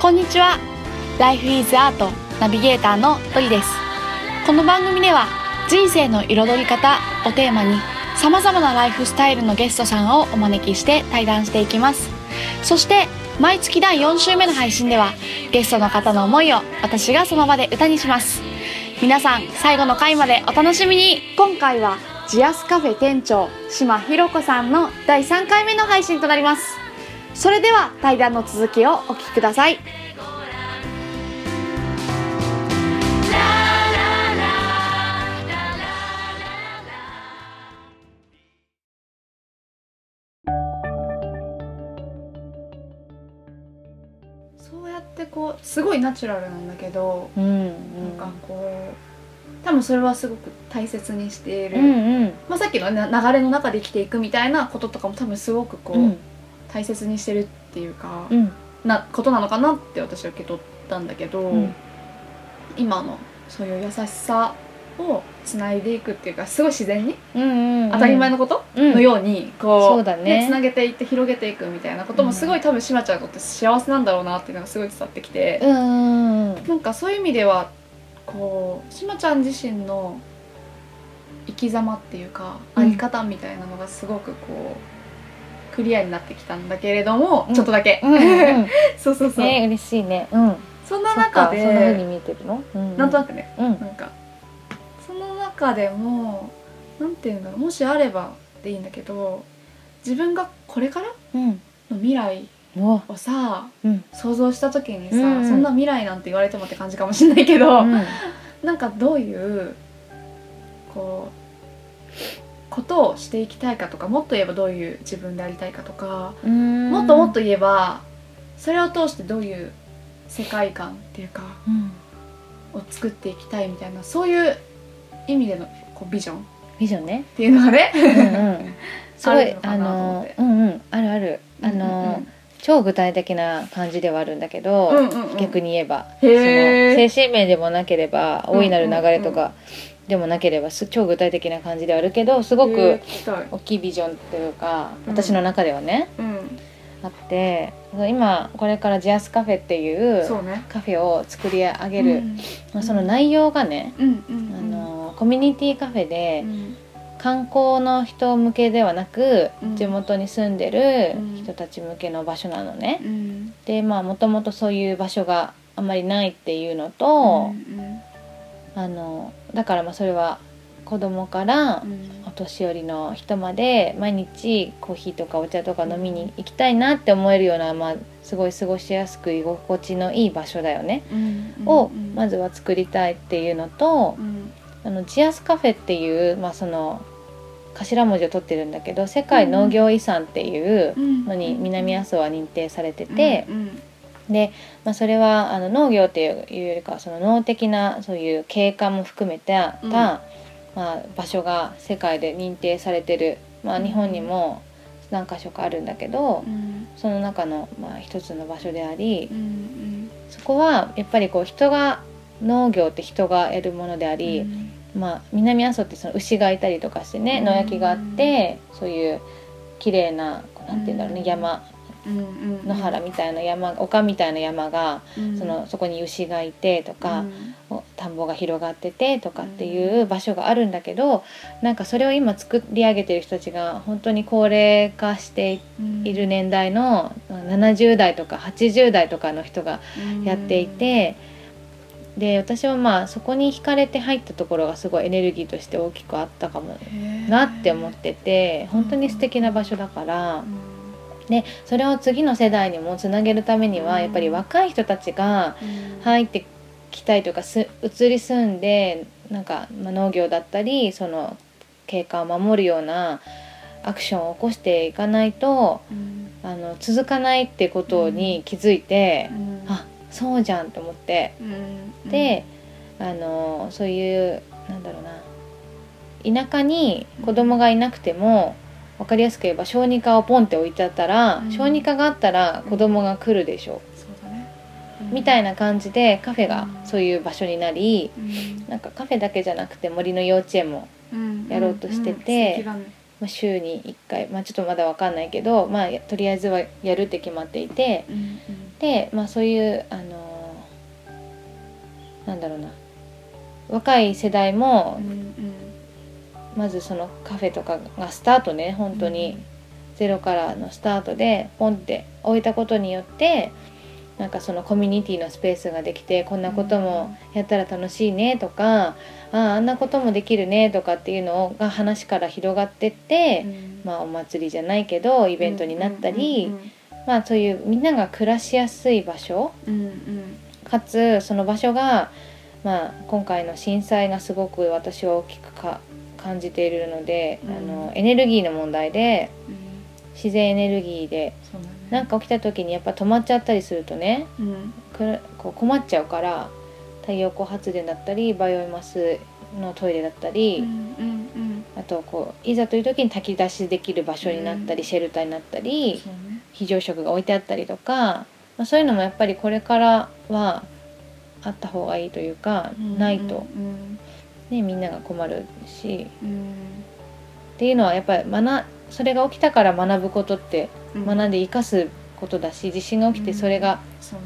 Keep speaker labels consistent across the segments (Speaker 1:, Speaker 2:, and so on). Speaker 1: こんにちは。ライフイズアートナビゲーターのドリです。この番組では人生の彩り方をテーマに様々なライフスタイルのゲストさんをお招きして対談していきます。そして毎月第4週目の配信ではゲストの方の思いを私がその場で歌にします。皆さん最後の回までお楽しみに今回はジアスカフェ店長島ひろ子さんの第3回目の配信となります。それでは対談の続きをお聞きください。
Speaker 2: そうやってこうすごいナチュラルなんだけど、
Speaker 1: うん
Speaker 2: なんかこう多分それはすごく大切にしている、
Speaker 1: うんうん
Speaker 2: まあ、さっきの、ね、流れの中で生きていくみたいなこととかも多分すごくこう、
Speaker 1: うん
Speaker 2: 大切にしてるっていうか、
Speaker 1: うん
Speaker 2: なことなのかなって私は受け取ったんだけど、
Speaker 1: うん
Speaker 2: 今のそういう優しさをつないでいくっていうかすごい自然に
Speaker 1: うんうん
Speaker 2: 当たり前のこと
Speaker 1: うん
Speaker 2: のようにこう,、
Speaker 1: そうだね
Speaker 2: つなげていって広げていくみたいなこともすごい多分しまちゃんにとって幸せなんだろうなっていうのがすごい伝わってきて、
Speaker 1: うんうんうん
Speaker 2: なんかそういう意味ではこうしまちゃん自身の生き様っていうか、
Speaker 1: うん
Speaker 2: あり方みたいなのがすごくこうクリアになってきたんだけれども、
Speaker 1: うん
Speaker 2: ちょっとだけ、
Speaker 1: うんうん
Speaker 2: そうそうそう、
Speaker 1: ね嬉しいねうん
Speaker 2: そん
Speaker 1: そ
Speaker 2: な
Speaker 1: っか
Speaker 2: 中
Speaker 1: そん
Speaker 2: で
Speaker 1: な風に見えてるのうん
Speaker 2: なんとなくね
Speaker 1: うん
Speaker 2: なんかその中でもなんていうんだろうもしあればでいいんだけど自分がこれから
Speaker 1: うん
Speaker 2: の未来
Speaker 1: うわ
Speaker 2: をさ
Speaker 1: うん
Speaker 2: 想像した時にさ、
Speaker 1: うん
Speaker 2: そんな未来なんて言われてもって感じかもしれないけど、
Speaker 1: うん
Speaker 2: なんかどういうこうことをしていきたいかとかもっと言えばどういう自分でありたいかとか、
Speaker 1: うん
Speaker 2: もっともっと言えばそれを通してどういう世界観っていうか
Speaker 1: うん
Speaker 2: を作っていきたいみたいなそういう意味でのこうビジョンっ
Speaker 1: 美女 ね
Speaker 2: ていうのがね、
Speaker 1: うんうん すご
Speaker 2: あ
Speaker 1: い
Speaker 2: るの
Speaker 1: あ
Speaker 2: かなと思っ
Speaker 1: の
Speaker 2: て
Speaker 1: うんうんあるあるあの超具体的な感じではあるんだけど
Speaker 2: うんうんうん
Speaker 1: 逆に言えばその
Speaker 2: へー
Speaker 1: 精神面でもなければ
Speaker 2: うんうん
Speaker 1: 大いなる流れとかでもなければす超具体的な感じではあるけどすご
Speaker 2: えー
Speaker 1: く
Speaker 2: 聞きたい
Speaker 1: 大きいビジョンというか
Speaker 2: うん
Speaker 1: 私の中ではね
Speaker 2: うん、
Speaker 1: あって今これからジアスカフェっていう
Speaker 2: そうね
Speaker 1: カフェを作り上げるまあその内容がね
Speaker 2: うんうんうん
Speaker 1: あのコミュニティカフェ
Speaker 2: う
Speaker 1: で
Speaker 2: ん
Speaker 1: 観光の人向けではなく
Speaker 2: うん
Speaker 1: 地元に住んでる
Speaker 2: うん
Speaker 1: 人たち向けの場所なのね。
Speaker 2: うん
Speaker 1: でまあもともとそういう場所があんまりないっていうの
Speaker 2: う
Speaker 1: と、
Speaker 2: ん
Speaker 1: あのだからまあそれは子供から
Speaker 2: うん
Speaker 1: お年寄りの人まで毎日コーヒーとかお茶とか飲みに行きたいなって思えるような、まあ、すごい過ごしやすく居心地のいい場所だよね、
Speaker 2: うんうん
Speaker 1: を
Speaker 2: うん
Speaker 1: まずは作りたいっていうのと
Speaker 2: う、ん
Speaker 1: あのジアスカフェっていう、まあ、その頭文字を取ってるんだけど世界農業遺産っていうのに南阿蘇は認定されてて。
Speaker 2: うん
Speaker 1: で、まあ、それはあの農業というよりかはその農的なそういう景観も含めてた、
Speaker 2: うん
Speaker 1: まあ、場所が世界で認定されてる、まあ、
Speaker 2: うん
Speaker 1: 日本にも何か所かあるんだけど、
Speaker 2: うん
Speaker 1: その中のまあ一つの場所であり
Speaker 2: うんうん
Speaker 1: そこはやっぱりこう人が農業って人がやるものであり、まあ、南阿蘇ってその牛がいたりとかしてね
Speaker 2: うん
Speaker 1: 野焼きがあって、そういう綺麗ななんて言うんだろうね、
Speaker 2: うん
Speaker 1: 山
Speaker 2: うんうん
Speaker 1: 野原みたいな山丘みたいな山がそのそこに牛がいてとか、田んぼが広がっててとかっていう場所があるんだけどなんかそれを今作り上げてる人たちが本当に高齢化している年代の70代とか80代とかの人がやっていて。で私はまあそこに惹かれて入ったところがすごいエネルギーとして大きくあったかもなって思ってて本当に素敵な場所だからでそれを次の世代にもつなげるためにはやっぱり若い人たちが入ってきたいというかす移り住んでなんか、まあ、農業だったりその景観を守るようなアクションを起こしていかないとあの続かないってことに気づいて、あそうじゃんと思ってで、あのそういうなんだろうな田舎に子供がいなくても分かりやすく言えば小児科をポンって置いちゃったら、
Speaker 2: うん
Speaker 1: 小児科があったら子供が来るでしょみた
Speaker 2: い
Speaker 1: いな感じでカフェが
Speaker 2: うん
Speaker 1: そういう場所になり、なんかカフェだけじゃなくて森の幼稚園も、やろうとしててまあ、週に1回、まあ、ちょっとまだわかんないけど、まあ、やとりあえずはやるって決まっていてで、まあ、そういうあのなんだろうな若い世代もまずそのカフェとかがスタートね本当に、ゼロからのスタートでポンって置いたことによってなんかそのコミュニティのスペースができてこんなこともやったら楽しいねとか、あああんなこともできるねとかっていうのが話から広がってって、まあお祭りじゃないけどイ
Speaker 2: イ
Speaker 1: ベントになったり、まあそういうみんなが暮らしやすい場所かつその場所が、まあ、今回の震災がすごく私は大きくか感じているので、
Speaker 2: うん
Speaker 1: あのエネルギーの問題で自然エネルギーでなん
Speaker 2: か
Speaker 1: か起きた時にやっぱ止まっちゃったりするとねくるこう困っちゃうから太陽光発電だったりバイオマスのトイレだったり、あとこういざという時に炊き出しできる場所になったり、
Speaker 2: うん
Speaker 1: シェルターになったり非常食が置いてあったりとか、まあ、そういうのもやっぱりこれからはあった方がいいというか、ないと、ね、みんなが困るしっていうのはやっぱり学それが起きたから学ぶことって学んで生かすことだし地震が起きて
Speaker 2: うん
Speaker 1: それが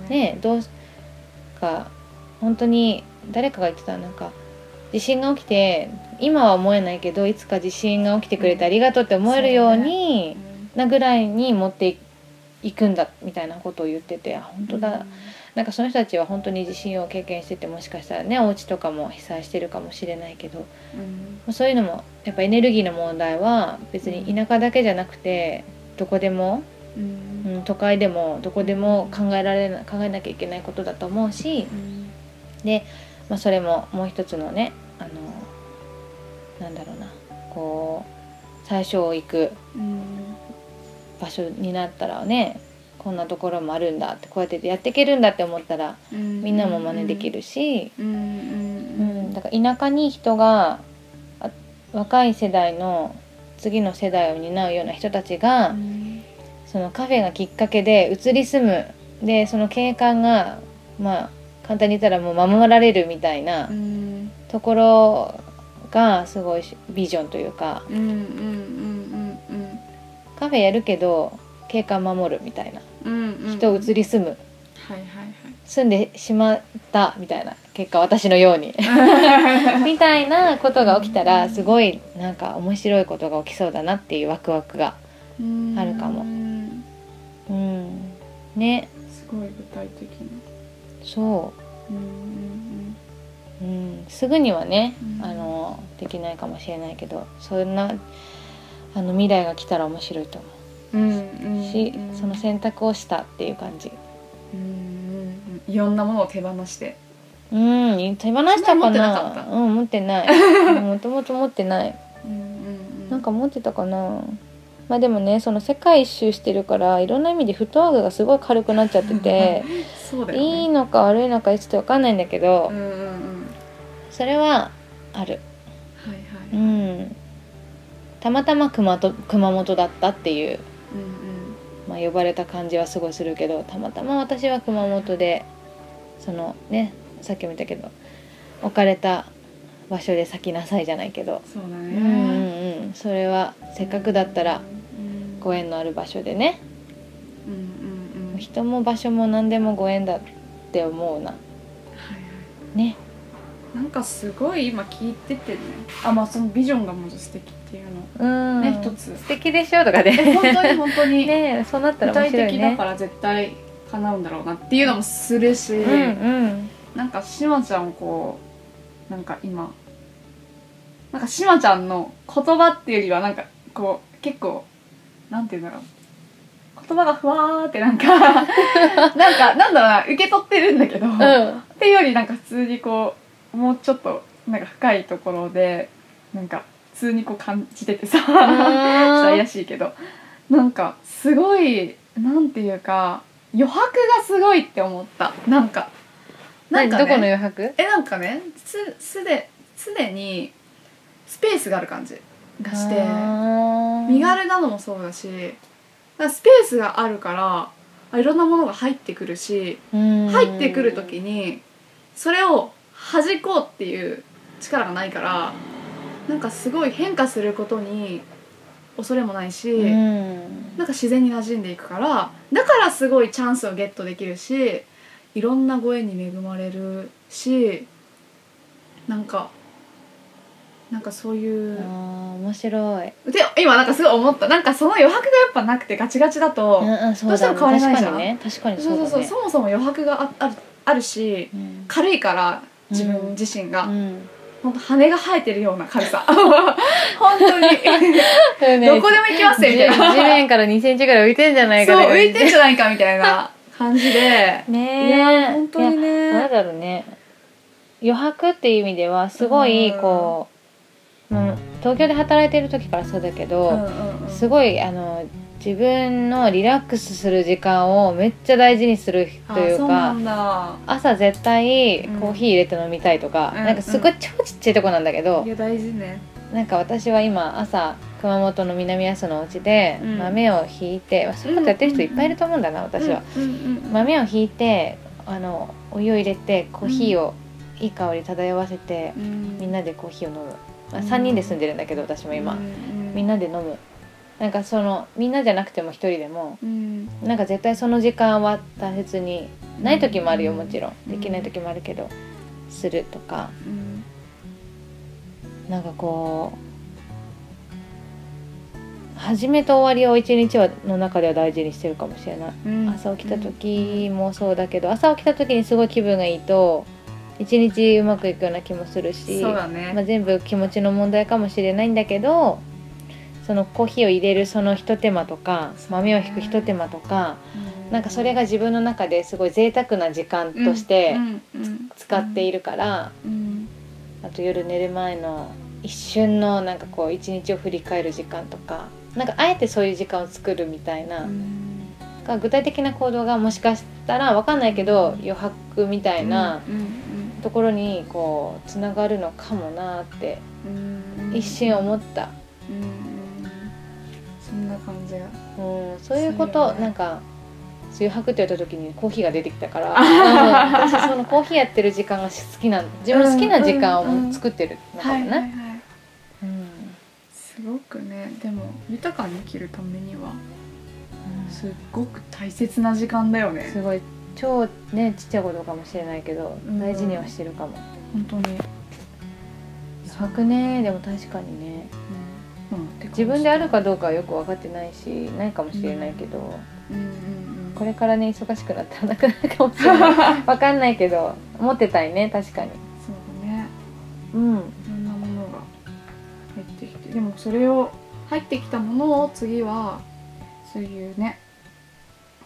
Speaker 1: ねどうか本当に誰かが言ってたなんか地震が起きて今は思えないけどいつか地震が起きてくれてありがとうって思えるようになぐらいに持っていくんだみたいなことを言っててあ本当だ、なんかその人たちは本当に地震を経験しててもしかしたらねお家とかも被災してるかもしれないけどまあそういうのもやっぱエネルギーの問題は別に田舎だけじゃなくてどこでも、うん、都会でもどこでも考えられな考えなきゃいけないことだと思うし、まあ、それももう一つのねあのなんだろうなこう最初行く場所になったらねこんなところもあるんだってこうやってやっていけるんだって思ったらみんなも真似できるし、うん、だから田舎に人があ若い世代の次の世代を担うような人たちが、そのカフェがきっかけで移り住むでその景観がまあ簡単に言ったらもう守られるみたいなところがすごいしビジョンというかカフェやるけど景観守るみたいな人移り住む
Speaker 2: はいは
Speaker 1: 住んでしまったみたいな結果私のように
Speaker 2: いはい。
Speaker 1: みたいなことが起きた
Speaker 2: う
Speaker 1: ら
Speaker 2: ん
Speaker 1: すごいなんか面白いことが起きそうだなっていうワクワクがあるかも
Speaker 2: うん
Speaker 1: うんね
Speaker 2: すごい具体的な
Speaker 1: そ
Speaker 2: うんうん
Speaker 1: う、うん、すぐにはね、
Speaker 2: うん
Speaker 1: あのできないかもしれないけどそんなあの未来が来たら面白いと思
Speaker 2: うんうん
Speaker 1: うし、その
Speaker 2: ん
Speaker 1: 選択をしたっていう感じ
Speaker 2: うんうんうんいろんなものを手放して
Speaker 1: うん手放した
Speaker 2: そ
Speaker 1: か
Speaker 2: んなに持ってなか
Speaker 1: な
Speaker 2: った
Speaker 1: うん持ってない もともと持ってないなんか持ってたかなまあでもねその世界一周してるからいろんな意味でフットワークがすごい軽くなっちゃって て
Speaker 2: そうだよね
Speaker 1: いいのか悪いのかちょっと分かんないんだけど、
Speaker 2: うんうんうん
Speaker 1: それはある
Speaker 2: はいうはい
Speaker 1: んたまたま熊と熊本だったっていう、
Speaker 2: うん
Speaker 1: まあ、呼ばれた感じはすごいするけどたまたま私は熊本でそのねさっきも言ったけど置かれた場所で咲きなさいじゃないけど
Speaker 2: うんそうだ
Speaker 1: うんうん
Speaker 2: ね
Speaker 1: うんそれはせっかくだったら
Speaker 2: うん
Speaker 1: ご縁のある場所でね
Speaker 2: うんうんうんはい
Speaker 1: 人も場所も何でもご縁だって思うな
Speaker 2: はい
Speaker 1: ね
Speaker 2: なんかすごい今聞いててねあまあそのビジョンがまず素敵っていう の
Speaker 1: うん
Speaker 2: ね一つ
Speaker 1: 素敵でしょとか
Speaker 2: え
Speaker 1: ね
Speaker 2: 本当に本当 に
Speaker 1: ねえそうなった
Speaker 2: 具
Speaker 1: ら面
Speaker 2: 体
Speaker 1: 白い
Speaker 2: 的だ
Speaker 1: ね
Speaker 2: から絶対叶うんだろうなっていうのもするし、
Speaker 1: うんうん
Speaker 2: なんかしまちゃんをこうなんか今なんかしまちゃんの言葉っていうよりはなんかこう結構なんて言うんだろう言葉がふわーって なんかなんかなんだろうな受け取ってるんだけど、っ
Speaker 1: うん
Speaker 2: ていうよりなんか普通にこうもうちょっとなんか深いところでなんか普通にこう感じててさ、ちょっと怪しいけどなんかすごいなんていうか余白がすごいって思ったなんかなん
Speaker 1: 何
Speaker 2: か、
Speaker 1: どこの
Speaker 2: ね、
Speaker 1: 余白
Speaker 2: えなんかねすすですでにスペースがある感じがして身軽なのもそうだしなんかスペースがあるからあいろんなものが入ってくるし入
Speaker 1: 入
Speaker 2: ってくる時にそれを弾こうっていう力がないからなんかすごい変化することに恐れもないし、
Speaker 1: うん
Speaker 2: なんか自然に馴染んでいくからだからすごいチャンスをゲットできるしいろんなご縁に恵まれるしなんかなんかそういう
Speaker 1: あー、面白い、
Speaker 2: で今なんかすごい思ったなんかその余白がやっぱなくてガチガチだと、
Speaker 1: うんうん、そ
Speaker 2: どう
Speaker 1: う
Speaker 2: して
Speaker 1: だ
Speaker 2: も変われないじゃん
Speaker 1: ね確かにね確かに
Speaker 2: そうそう
Speaker 1: だね
Speaker 2: そうそもそも余白がああるあるし
Speaker 1: うん
Speaker 2: 軽いから自分自身が、
Speaker 1: うん
Speaker 2: 本当羽が生えてるような 軽さ本当にどこでも行きますよみたいな
Speaker 1: 地地面から2センチぐらい浮いてんじゃないか
Speaker 2: そう
Speaker 1: な
Speaker 2: 浮いてんじゃないかみたいな感じで
Speaker 1: ねえ
Speaker 2: いや本当
Speaker 1: いやな
Speaker 2: に
Speaker 1: ん
Speaker 2: ね
Speaker 1: だろうね余白っていう意味ではすごい
Speaker 2: うん
Speaker 1: こう、うん東京で働いてる時からそうだけど、す
Speaker 2: ごい
Speaker 1: ごいあの自分のリラックスする時間をめっちゃ大事にするという
Speaker 2: そうな
Speaker 1: か
Speaker 2: んだ
Speaker 1: 朝絶対
Speaker 2: うん
Speaker 1: コーヒー入れて飲みたいとか、
Speaker 2: うん
Speaker 1: なんかすごい超ちっちゃいとこなんだけど
Speaker 2: い、や大事ね
Speaker 1: なんか私は今朝熊本の南阿蘇のお家で
Speaker 2: うん
Speaker 1: 豆をひいて、まあそういうことやってる人いっぱいいると思うんだな私は。
Speaker 2: うんうんうん
Speaker 1: 豆をひいてあのお湯を入れてコーヒーをいい香り漂わせて、
Speaker 2: うん
Speaker 1: みんなでコーヒーを飲む、まあ、
Speaker 2: うん
Speaker 1: 3人で住んでるんだけど私も今、
Speaker 2: うん
Speaker 1: みんなで飲むなんかそのみんなじゃなくても一人でも
Speaker 2: うん
Speaker 1: なんか絶対その時間は大切にない時もあるよ
Speaker 2: うん
Speaker 1: もちろんできない時もあるけど、するとか
Speaker 2: うん
Speaker 1: なんかこう始めと終わりを一日はの中では大事にしてるかもしれない。
Speaker 2: うん
Speaker 1: 朝起きた時もそうだけど朝起きた時にすごい気分がいいと一日うまくいくような気もする
Speaker 2: うん
Speaker 1: し、
Speaker 2: そう
Speaker 1: ま
Speaker 2: だね
Speaker 1: あ、全部気持ちの問題かもしれないんだけどそのコーヒーを入れるそのひと手間とか豆をひくひと手間とかなんかそれが自分の中ですごい贅沢な時間として使ってい
Speaker 2: る
Speaker 1: るから、あと夜寝る前の一瞬のなんかこう一日を振り返る時間とかなんかあえてそういう時間を作るみたいな。が具体的な行動がもしかしたら分かんないけど余白みたいなところにこうつながるのかもなって一瞬思った、
Speaker 2: うんそんな感じが
Speaker 1: うん、そういうこと
Speaker 2: そうよね
Speaker 1: なんかそういう余白って言った時にコーヒーが出てきたから
Speaker 2: あはは
Speaker 1: うん私そのコーヒーやってる時間が好きな自分の好きな時間をもう作ってるのかもね。
Speaker 2: はい
Speaker 1: うん
Speaker 2: すごくねでも豊かに生きるためにはすっごく大切な時間だよね
Speaker 1: すごい超ねちっちゃいことかもしれないけど
Speaker 2: うん
Speaker 1: 大事にはしてるかも。
Speaker 2: 本当に、
Speaker 1: 余白ねでも確かにね。
Speaker 2: うんうん、
Speaker 1: 自分であるかどうかはよく分かってないしないかもしれないけど、
Speaker 2: うんうんうん
Speaker 1: これからね忙しくなったらなくなるかもしれない 分かんないけど持ってたいね確かに
Speaker 2: そうだね
Speaker 1: うん
Speaker 2: いろんなものが入ってきてでもそれを入ってきたものを次はそういうね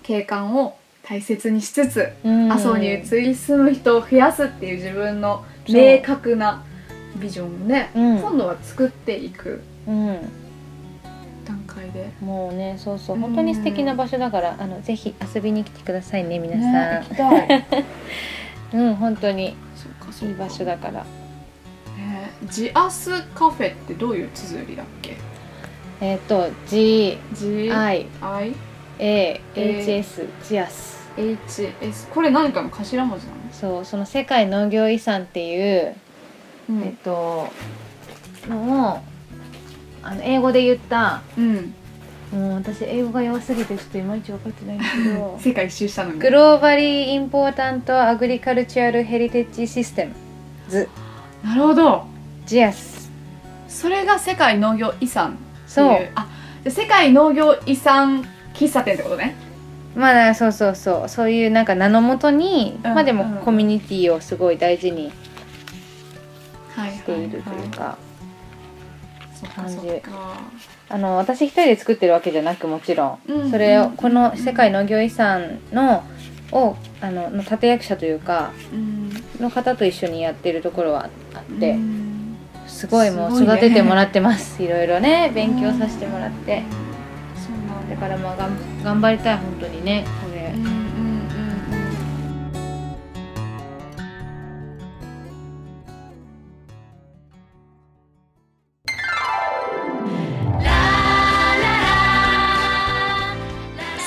Speaker 2: 景観を大切にしつつ
Speaker 1: うん
Speaker 2: 阿蘇に移り住む人を増やすっていう自分の明確なビジョンをね、
Speaker 1: うん
Speaker 2: 今度は作っていく
Speaker 1: うん
Speaker 2: 段階で、
Speaker 1: もうねそうそう
Speaker 2: うん
Speaker 1: 本当に素敵な場所だからあのぜひ遊びに来てくださいね皆さ
Speaker 2: ね
Speaker 1: ん、
Speaker 2: 行きたい
Speaker 1: うん本当に
Speaker 2: そうかそ
Speaker 1: いうい
Speaker 2: か
Speaker 1: 場所だから
Speaker 2: ねジアスカフェってどういう綴りだっけ
Speaker 1: えっ、と G
Speaker 2: ?G
Speaker 1: I
Speaker 2: I
Speaker 1: A H S ジアス
Speaker 2: H S これ何かの頭文字なの？
Speaker 1: そうその世界農業遺産っていう
Speaker 2: うん
Speaker 1: えっと、のをあの英語で言った
Speaker 2: うん、
Speaker 1: もう私英語が弱すぎてちょっといまいち分かってないんだけ ど
Speaker 2: 世界一周したのに
Speaker 1: グローバリー・インポータント・アグリカルチュアル・ヘリテッジ・システムズ
Speaker 2: なるほど
Speaker 1: ジアス
Speaker 2: それが世界農業遺産っていう
Speaker 1: そう
Speaker 2: あじゃあ世界農業遺産喫茶店ってことね
Speaker 1: まあだからそうそうそうそういうなんか名のもとに、
Speaker 2: うん
Speaker 1: まあで
Speaker 2: うん
Speaker 1: もコミュニティをすごい大事に
Speaker 2: はい
Speaker 1: しているというか、
Speaker 2: そっか
Speaker 1: 感じ
Speaker 2: そっか
Speaker 1: あの私一人で作ってるわけじゃなくもちろん
Speaker 2: うん
Speaker 1: それをこの世界農業遺産のをあのの立役者というか
Speaker 2: うん
Speaker 1: の方と一緒にやってるところはあって、
Speaker 2: うん
Speaker 1: すごいもう
Speaker 2: すごいね
Speaker 1: 育ててもらってます いろいろね勉強させてもらって
Speaker 2: そうなん
Speaker 1: だ
Speaker 2: だ
Speaker 1: からまあがん頑張りたい本当にねこれ
Speaker 2: うんうんうんうん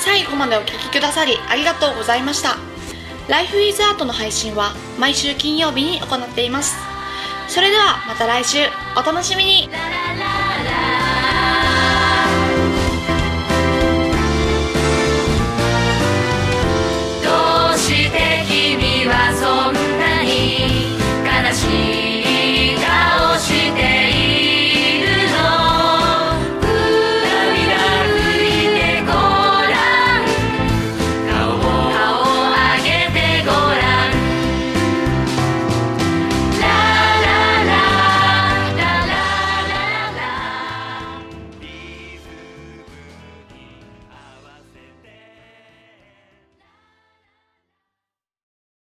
Speaker 3: 最後までお聞きくださりありがとうございましたライフイズアートの配信は毎週金曜日に行っていますそれではまた来週お楽しみに